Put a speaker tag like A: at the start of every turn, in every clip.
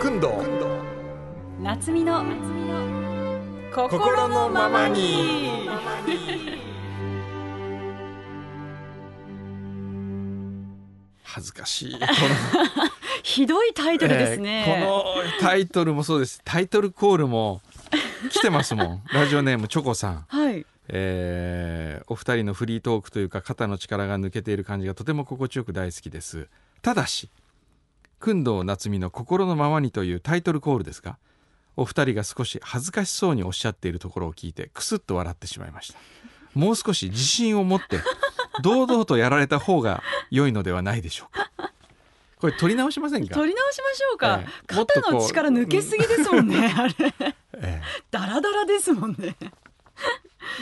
A: くんど
B: 夏美の
A: 心のままに 恥ずかしいこの
B: ひどいタイトルですね、
A: えーこのタイトルもそうですタイトルコールも来てますもんラジオネームチョコさん、
B: はい
A: えーお二人のフリートークというか肩の力が抜けている感じがとても心地よく大好きですただし工藤夏美の「心のままに」というタイトルコールですがお二人が少し恥ずかしそうにおっしゃっているところを聞いてクスッと笑ってしまいましたもう少し自信を持って堂々とやられた方が良いのではないでしょうかこれ取り直しませんか
B: 取り直しましょうか、
A: ええ
B: 肩
A: もっと
B: の
A: こう
B: 力抜けすぎですもんねあれ
A: え
B: ダラダラですもんね
A: え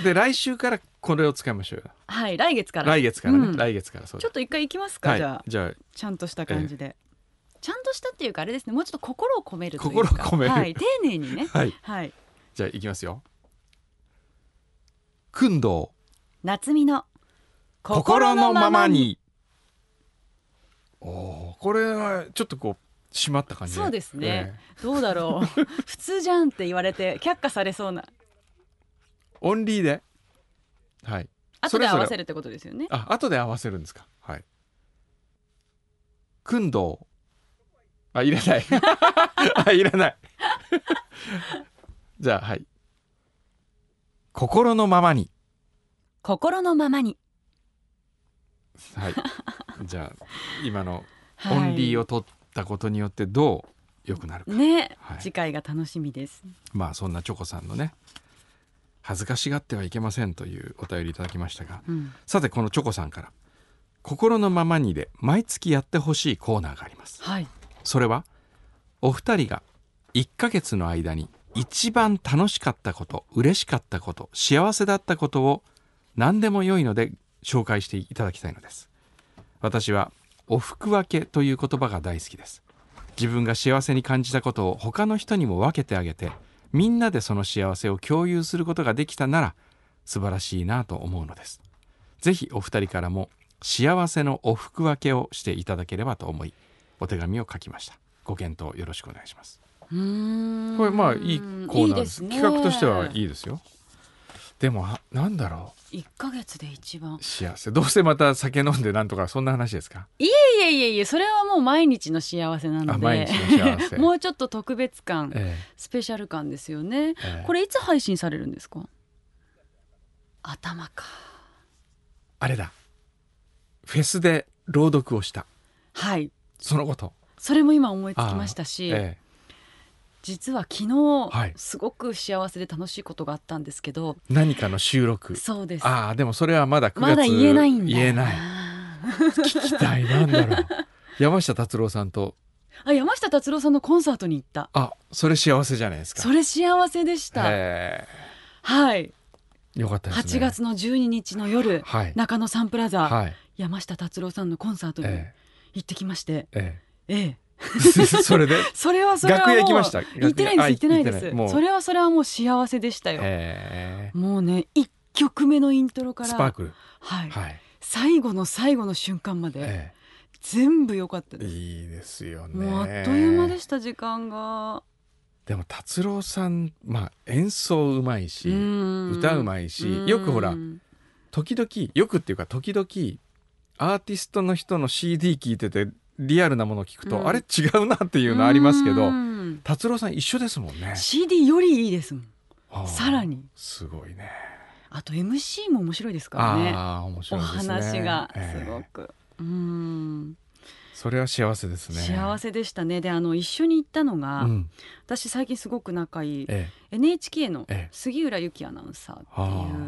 A: で来週からこれを使いましょうよ
B: はい来月から
A: 来月からね、
B: うん
A: 来月からそう
B: ちょ
A: で
B: っと一回行きます
A: す
B: か、
A: はい
B: じゃあ
A: じゃあ
B: ちゃんとした感じで、ちゃんとしたっていうかあれですねもうちょっと心を込めるというか
A: 心を込める
B: はい、丁寧にね
A: はい
B: はい
A: じゃあいきますよ工藤
B: 夏美の
A: 心のままにおおーこれはちょっとこう締まった感じ
B: そうですね
A: ええ
B: どうだろう 普通じゃんって言われて却下されそうな
A: オンリーではい
B: 後で合わせ
A: る
B: るってことですよね
A: あ後で合わせるんですかはい工藤あいらない あいらない じゃあはい心のままに
B: 心のままに、
A: はいじゃあ今の
B: は
A: オ
B: い
A: ンリーを取ったことによってどう良くなるか、
B: ね、
A: はい
B: 次回が楽しみです
A: まあそんなチョコさんのね恥ずかしがってはいけませんというお便りいただきましたが
B: うん
A: さてこのチョコさんから「心のままに」で毎月やってほしいコーナーがあります
B: はい
A: それはお二人が1ヶ月の間に一番楽しかったこと嬉しかったこと幸せだったことを何でも良いので紹介していただきたいのです私はお福分けという言葉が大好きです自分が幸せに感じたことを他の人にも分けてあげてみんなでその幸せを共有することができたなら素晴らしいなと思うのですぜひお二人からも幸せのお福分けをしていただければと思いお手紙を書きましたご検討よろしくお願いします
B: うーん
A: これまあいいコーナーです
B: いいね
A: 企画としてはいいですよでもあなんだろ
B: 一ヶ月で一番
A: う幸せどうせまた酒飲んでなんとかそんな話ですか
B: いやいやいやそれはもう毎日の幸せなの
A: あ
B: で
A: 毎日の幸せ
B: もうちょっと特別感、
A: え
B: スペシャル感ですよね
A: えええ
B: これいつ配信されるんですか頭か
A: あれだフェスで朗読をした
B: はい
A: そのこと
B: それも今思いつきましたし、
A: え
B: 実は昨日、
A: はい
B: すごく幸せで楽しいことがあったんですけど
A: え何かの収録
B: そうです
A: ああでもそれはまだ9月
B: まだ言えないんだ
A: 言えない聞きたいなんだ ろう山下達郎さんと
B: あ山下達郎さんのコンサートに行った
A: あそれ幸せじゃないですか
B: それ幸せでした、
A: え
B: はい
A: えよかったですね
B: 8月の12日の夜、
A: はい
B: 中野サンプラザ、
A: はい
B: 山下達郎さんのコンサートに
A: え
B: 行ってきまして、
A: ええ
B: え
A: え
B: え
A: それで
B: それ はそれはもう
A: 楽屋行きました
B: 行ってないんです
A: あ
B: 行ってないで
A: 行って
B: す
A: もう
B: それはそれはもう幸せでしたよ、
A: え
B: もうね一曲目のイントロか
A: え
B: ら
A: スパークル
B: はい、
A: はい、
B: 最後の最後の瞬間まで、
A: え
B: 全部良かった
A: え
B: です、
A: いいですよね
B: もうあっという間で
A: し
B: した時間が
A: でも達郎さんまあ演奏うまいし、歌
B: 歌
A: うまいしよくほら時々よくっていうか時々アーティストの人の CD 聞いててリアルなもの聞くと、
B: うん
A: あれ違うなっていうのありますけど
B: うん
A: 達郎さん一緒ですもんね
B: CD よりいいですもん
A: ああ
B: さらに
A: すごいね
B: あと MC も面白いですからね
A: ああ面
B: お
A: 白いですね
B: 話がす
A: え
B: ご
A: え
B: く、うん
A: それは幸せですね
B: 幸せでしたねであの一緒に行ったのが、
A: うん
B: 私最近すごく仲いい
A: ええ
B: NHK の
A: ええ
B: 杉浦由紀アナウンサーってい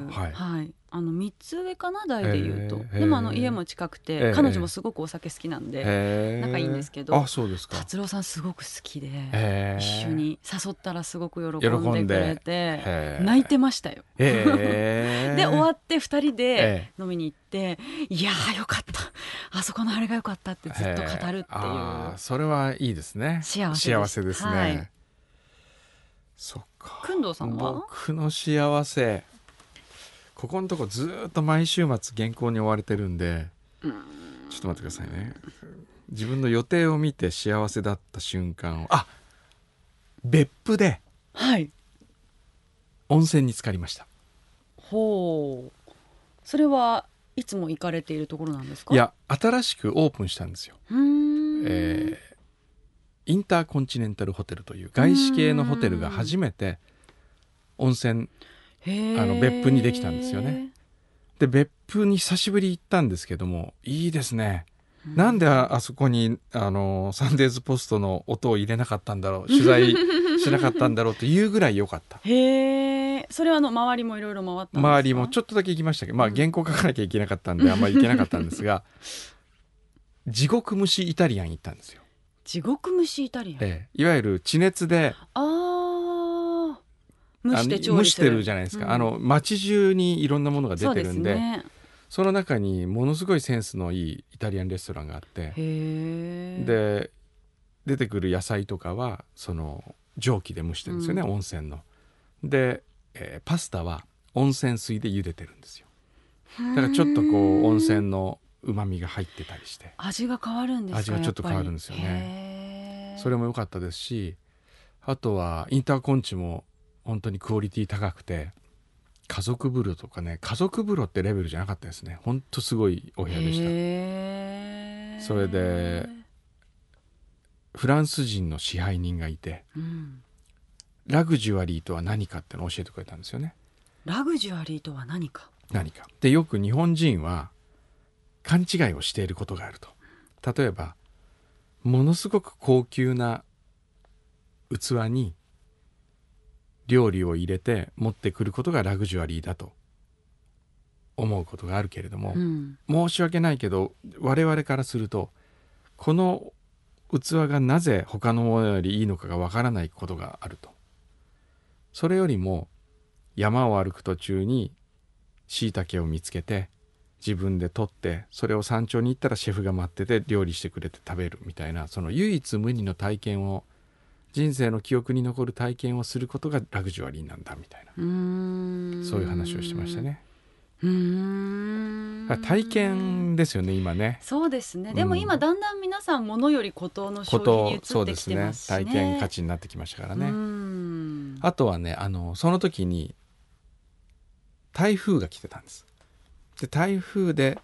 B: う、
A: あーはい
B: あの3つ上かな代で言うと、
A: へー
B: でもあの家も近くて、
A: ええ
B: 彼女もすごくお酒好きなんで、
A: へえ
B: 仲いいんですけど
A: あそうですか
B: 達郎さんすごく好きで、
A: へえ
B: 一緒に誘ったらすごく喜
A: 喜ん
B: ん
A: で
B: でくれて泣いてましたよ。
A: へえ
B: で終わって2人で
A: え
B: 飲みに行って「いやーよかったあそこのあれがよかった」ってずっと
A: へえ
B: 語るって
A: あ
B: い
A: ー
B: う
A: それはいいですね
B: 幸せです
A: 幸せですね、
B: はい
A: そっか
B: 工藤さんは
A: 僕の幸せここのとこずーっと毎週末原稿に追われてるんでちょっと待ってくださいね自分の予定を見て幸せだった瞬間をあ別府で
B: はい
A: 温泉に浸かりました
B: ほうそれはいつも行かれているところなんですか
A: いや新しくオープンしたんですよ、
B: うーん、
A: えーインターコンチネンタルホテルという外資系のホテルが初めて温泉
B: へー
A: あの別府にできたんですよねで別府に久しぶり行ったんですけどもいいですね
B: う
A: なんでああそこにあのサンデーズポストの音を入れなかったんだ ろう取材しなかったんだろうっていうぐらい良かった
B: へえそれはあの周りもいろいろ回ったんですか
A: 周りもちょっとだけ行きましたけど、まあ、原稿書かなきゃいけなかったんであんまり行けなかったんですが 地獄蒸しイタリアン行ったんですよ、
B: 地獄蒸しイタリアン、
A: ええいわゆる地熱で
B: あー蒸
A: あ
B: し
A: の
B: て調理す
A: てるじゃないですか、
B: うん
A: あの街中にいろんなものが出てるんで
B: そうですね
A: その中にものすごいセンスのいいイタリアンレストランがあって
B: へえ
A: で出てくる野菜とかはその蒸気で蒸してるんですよね、
B: うん
A: 温泉の。で、えーパスタは温泉水で茹でてるんですよだからちょっとこう温泉のうまみが入ってたりして
B: 味が変わるんですか
A: 味がちょっと変わるんですよ
B: ね
A: それも良かったですしあとはインターコンチも本当にクオリティ高くて家族風呂とかね家族風呂ってレベルじゃなかったですねほんとすごいお部屋でした
B: し
A: そ
B: た
A: れで、フランス人の支配人がいて
B: うん、
A: ラグジュアリーとは何かってのを教えてくれたんですよね
B: ラグジュアリーとは何か
A: 何かでよく日本人は勘違いをしていることがあると例えばものすごく高級な器に料理を入れて持ってくることがラグジュアリーだと思うことがあるけれども、
B: うん
A: 申し訳ないけど我々からするとこの器がなぜ他のものよりいいのかがわからないことがあるとそれよりも山を歩く途中にしいたけを見つけて自分で取ってそれを山頂に行ったらシェフが待ってて料理してくれて食べるみたいなその唯一無二の体験を人生の記憶に残る体験をすることがラグジュアリーなんだみたいな
B: うーん
A: そういう話をしてましたね
B: うーん
A: だから体験ですよね今ね
B: そうですねでも
A: うん
B: 今だんだん皆さん物よりこと
A: こ
B: の消費に移
A: とそう
B: って
A: で
B: き
A: す
B: て
A: ね
B: ますしね
A: 体験価値になってきましたからね、
B: ね
A: あとはねあのその時に台風が来てたんですで台風で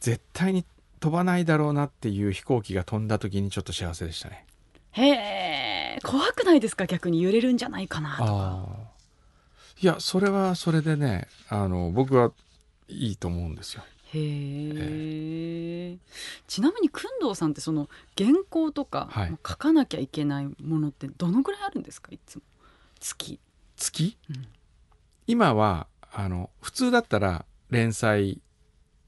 A: 絶対に飛ばないだろうなっていう飛行機が飛んだ時にちょっと幸せでしたね
B: へえ怖くないですか逆に揺れるんじゃないかなとか
A: あーいやそれはそれでねあの僕はいいと思うんですよ
B: へえ、ちなみに工藤さんってその原稿とか、
A: はい
B: 書かなきゃいけないものってどのぐらいあるんですかいつも月
A: 月、
B: うん
A: 今はあの普通だったら連載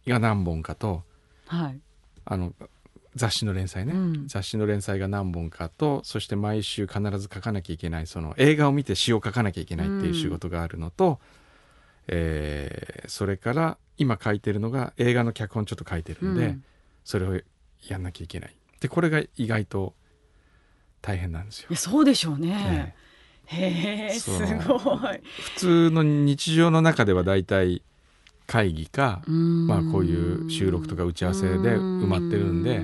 A: が何本かと
B: はい
A: あの雑誌の連載ね、
B: うん
A: 雑誌の連載が何本かとそして毎週必ず書かなきゃいけないその映画を見て詩を書かなきゃいけないっていう仕事があるのと、えーそれから今書いてるのが映画の脚本ちょっと書いてるんで、
B: うん
A: それをやんなきゃいけないでこれが意外と大変なんですよ
B: い。やそうでしょう
A: え
B: ね、へえす
A: そう
B: ごい
A: え普通の日常の中ではだいたい会議か、 ま
B: ま
A: あこういう収録とか打ち合わせで埋まってるんで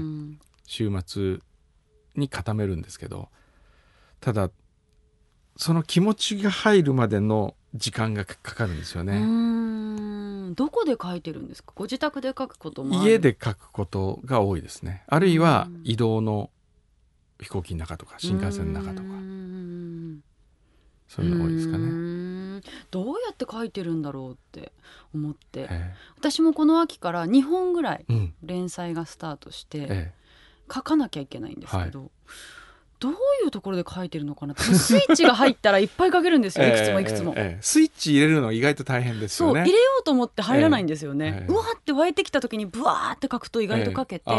A: 週末に固めるんですけどただその気持ちが入るまでの時間がかかかるんですよ
B: う
A: ね。
B: んどこで書いてるんですかご自宅で書くこともある
A: 家で書くことが多いですね。あるいは
B: うん
A: 移動の飛行機の中とか新幹線の中とか
B: うん
A: そういうの多いですか
B: うー
A: ね。
B: んどうやって書いてるんだろうって思って、
A: え
B: 私もこの秋から2本ぐらい
A: えうん
B: 連載がスタートして
A: え
B: 書かなきゃいけないんですけど、どういうところで書いてるのかなってスイッチが入ったらいっぱい書けるんですよ
A: え
B: いくつもいくつも。
A: ええええスイッチ入れるの意外と大変です
B: そう
A: よ
B: 入
A: ね。
B: れようと思って入らないんですよね、
A: ええ
B: うわーって湧いてきた時にブワーって書くと意
A: 意
B: 外と書けて、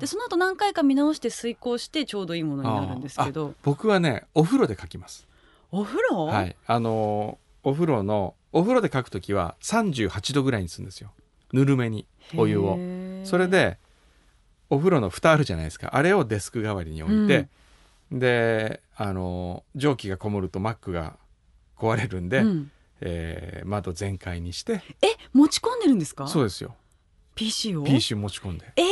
B: でその後何回か見直して遂行してちょうどいいものになるんですけど
A: 僕はねお風呂で書きます。
B: お風呂、
A: はい、あのーお風呂のお風呂で書くときは38度ぐらいにするんですよぬるめにお湯を
B: へー
A: それでお風呂の蓋あるじゃないですかあれをデスク代わりに置いて、で、あのー蒸気がこもるとマックが壊れるんで、
B: うん
A: えー窓全開にして
B: え持ち込んでるんですか
A: そうですよ
B: PC を
A: PC 持ち込んで
B: えー、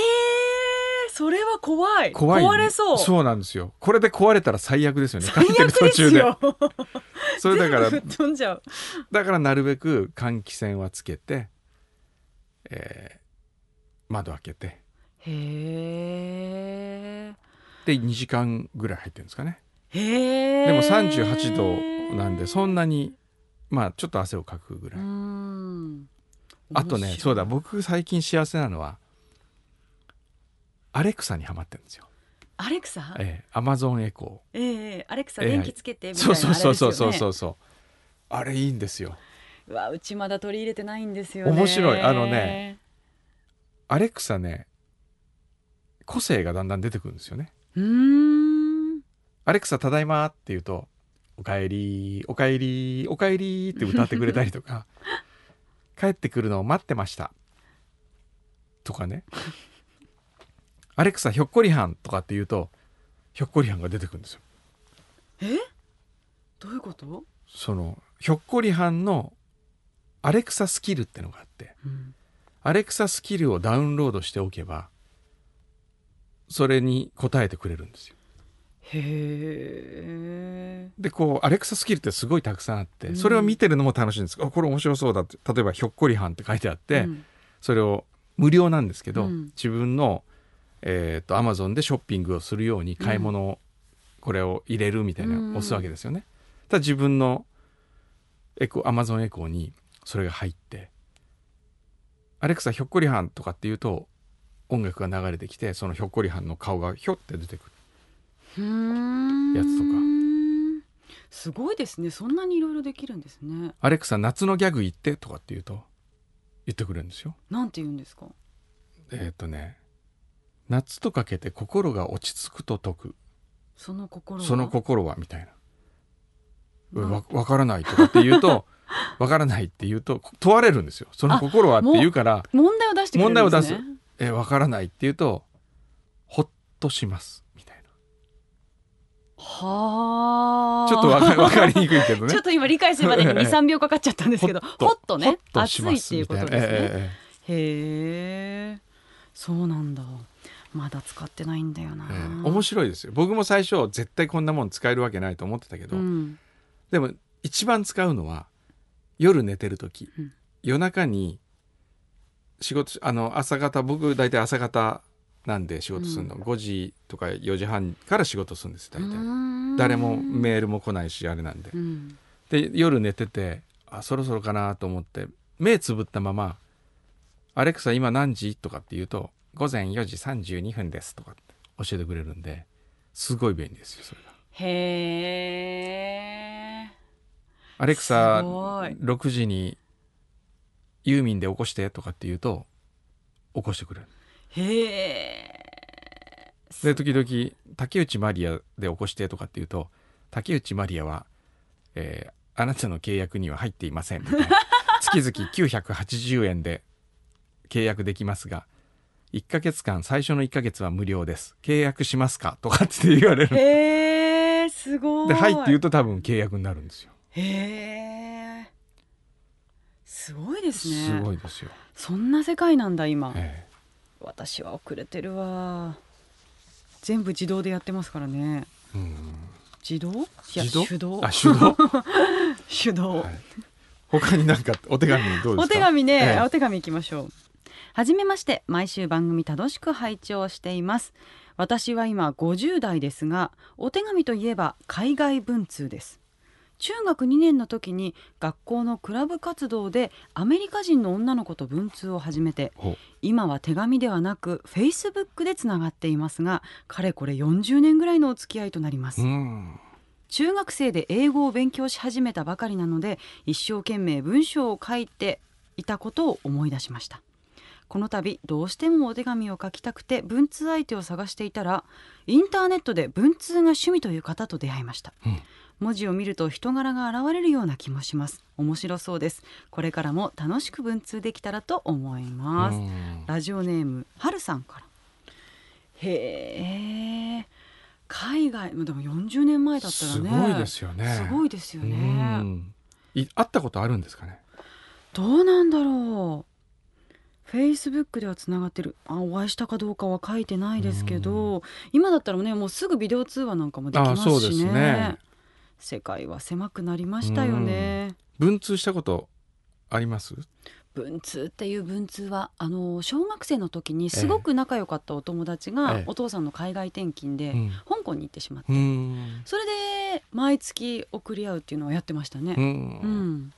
B: それは怖い
A: 怖いね
B: 壊れそう
A: そうなんですよこれで壊れたら最悪ですよね
B: 最
A: 書い
B: 悪
A: てる
B: です よ
A: それだから
B: 全部吹っ飛んじゃう
A: だからなるべく換気扇はつけて、えー窓開けて
B: へ
A: で2時間ぐらい入ってるんですかね
B: えへえ
A: でも38度なんでそんなにまあちょっと汗をかくぐらい、
B: うん
A: あとねそうだ僕最近幸せなのはアレクサにハマってるんですよ、
B: アレクサえ
A: ええアマゾンエコ
B: えええアレクサ
A: ええ
B: 電気つけて
A: ー
B: みたい
A: そ
B: な
A: うそうそうそうそうそう
B: う
A: そうあれいいんですよ
B: うわうちまだ取り入れてないんですよね
A: 面白いあのねアレクサね個性がだんだん出てくるんですよね
B: うーん
A: アレクサただいまって言うと、おかえり、おかえり、おかえりって歌ってくれたりとか、帰ってくるのを待ってました。とかね。アレクサひょっこりはんとかって言うと、ひょっこりはんが出てくるんですよ。
B: えどういうこと、
A: その、ひょっこりはんのアレクサスキルってのがあって、
B: うん
A: アレクサスキルをダウンロードしておけば、それに答えてくれるんですよ。
B: へえ
A: でこうアレクサスキルってすごいたくさんあってそれを見てるのも楽しいんです、あこれ面白そうだって例えば「ひょっこりはん」って書いてあって、
B: うん
A: それを無料なんですけど、
B: うん
A: 自分のえー、とアマゾンでショッピングをするように買い物をこれを入れるみたいなのを押すわけですよね。ただ自分のエコアマゾンエコーにそれが入って「アレクサひょっこりはん」とかっていうと音楽が流れてきてそのひょっこりはんの顔がひょって出てくる。
B: うーん
A: やつとか
B: すごいですねそんなにいろいろできるんですね
A: アレクサ夏のギャグ言ってとかって言うと言ってくれるんですよ。
B: なんて言うんですか
A: えっ、とね夏とかけて心が落ち着くと解く
B: その心は
A: その心はみたいなう
B: うん
A: わわわからないとかって言う とわからないって言うと問われるんですよその心はって言うから
B: 問題を出してくれるんですね
A: 問題えわからないって言うとほっとしますみたい
B: は
A: な
B: あ
A: ちょっとわかわかりにくいけどね
B: ちょっと今理解するまでに
A: ええ
B: 23秒かかっちゃったんですけど
A: ほっと
B: ほっと
A: ほ
B: ね
A: っと
B: 熱
A: し
B: い
A: ま
B: って
A: す
B: いう
A: み
B: こ
A: たい
B: と
A: な
B: です
A: えええ
B: ね
A: えええ
B: へえそうなんだまだ使ってないんだよな、
A: ええ面白いですよ僕も最初絶対こんなもん使えるわけないと思ってたけど、
B: うん
A: でも一番使うのは夜寝てる時、
B: うん
A: 夜中に仕事しあの朝方僕大体朝方なんで仕事するの、5時とか4時半から仕事するんです大体、誰もメールも来ないしあれなんで、
B: うん
A: で夜寝ててあそろそろかなと思って目つぶったまま「アレクサ今何時?」とかって言うと「午前4時32分です」とかって教えてくれるんですごい便利ですよそれが。
B: へえ
A: アレクサ
B: すごい
A: 6時にユーミンで起こしてとかって言うと起こしてくれる
B: へえ
A: で時々竹内まりやで起こしてとかって言うと竹内まりやは、えーあなたの契約には入っていません みたいな月々980円で契約できますが1ヶ月間最初の1ヶ月は無料です契約しますかとかって言われる
B: へえすごい
A: で「はい」って言うと多分契約になるんですよ
B: へえすごいですね
A: すごいですよ、
B: そんな世界なんだ今
A: ええ
B: 私は遅れてるわ全部自動でやってますからね
A: うん
B: 自動いや
A: 自動
B: 手動
A: あ手動
B: 手動、
A: はい他になんかお手紙どうですか
B: お手紙ね、
A: ええ
B: お手紙いきましょうはじめまして毎週番組楽しく拝聴しています私は今50代ですがお手紙といえば海外文通です中学2年の時に学校のクラブ活動でアメリカ人の女の子と文通を始めて
A: ほう
B: 今は手紙ではなくフェイスブックでつながっていますがかれこれ40年ぐらいのお付き合いとなります
A: うん
B: 中学生で英語を勉強し始めたばかりなので一生懸命文章を書いていたことを思い出しましたこの度どうしてもお手紙を書きたくて文通相手を探していたらインターネットで文通が趣味という方と出会いました、
A: うん
B: 文字を見ると人柄が現れるような気もします面白そうですこれからも楽しく文通できたらと思います、
A: うん
B: ラジオネームはるさんからへえ海外でも40年前だったらね
A: すごいですよね。
B: すごいですよね、
A: うんい会ったことあるんですかね。
B: どうなんだろうフェイスブックではつながってるあお会いしたかどうかは書いてないですけど、今だったらねもうすぐビデオ通話なんかもできますし
A: あそうです
B: ね
A: ね
B: 世界は狭くなりましたよね、
A: 文通したことあります
B: 文通っていう文通はあの小学生の時にすごく仲良かったお友達が、
A: ええ
B: お父さんの海外転勤で、
A: うん
B: 香港に行ってしまって、
A: うん
B: それで毎月送り合うっていうのはやってましたね、
A: うん
B: うん、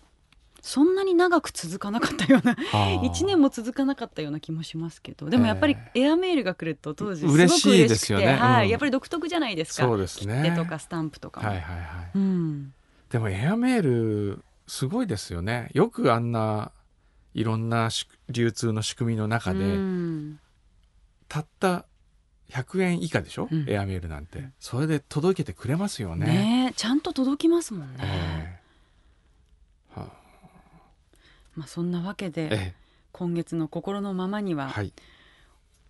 B: そんなに長く続かなかったような
A: あー
B: 1年も続かなかったような気もしますけどでもやっぱりエアメールが来ると当時すごく嬉しくて
A: 嬉しいですよねうん
B: はい、やっぱり独特じゃないですか
A: そうですね
B: 切手とかスタンプとかも、
A: はいはいはい
B: うん、
A: でもエアメールすごいですよねよくあんないろんなし流通の仕組みの中で、
B: うん
A: たった100円以下でしょ、
B: うん
A: エアメールなんて、それで届けてくれますよね
B: ねえちゃんと届きますもんね、
A: ええはあ
B: まあ、そんなわけで
A: え
B: 今月の心のままに
A: え
B: は
A: はい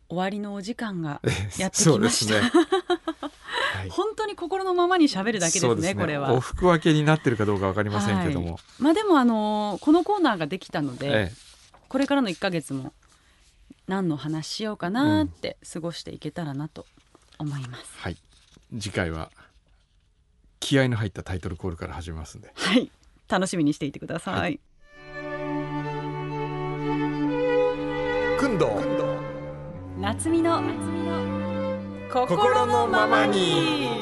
B: 終わりのお時間がやって
A: そ
B: き
A: うで
B: まし
A: す
B: た、
A: ねはい
B: 本当に心のままに喋るだけです
A: そ
B: ね
A: うですね
B: これ
A: お
B: は。
A: 服分けになってるかどうかわかりませんけども、
B: はいまあでもあのーこのコーナーができたので、
A: ええ
B: これからの1ヶ月も何の話しようかなって過ごしていけたらなと思います、
A: はい次回は気合の入ったタイトルコールから始めますんで
B: はい楽しみにしていてください、
A: は
C: くんど
B: 夏美の心のままに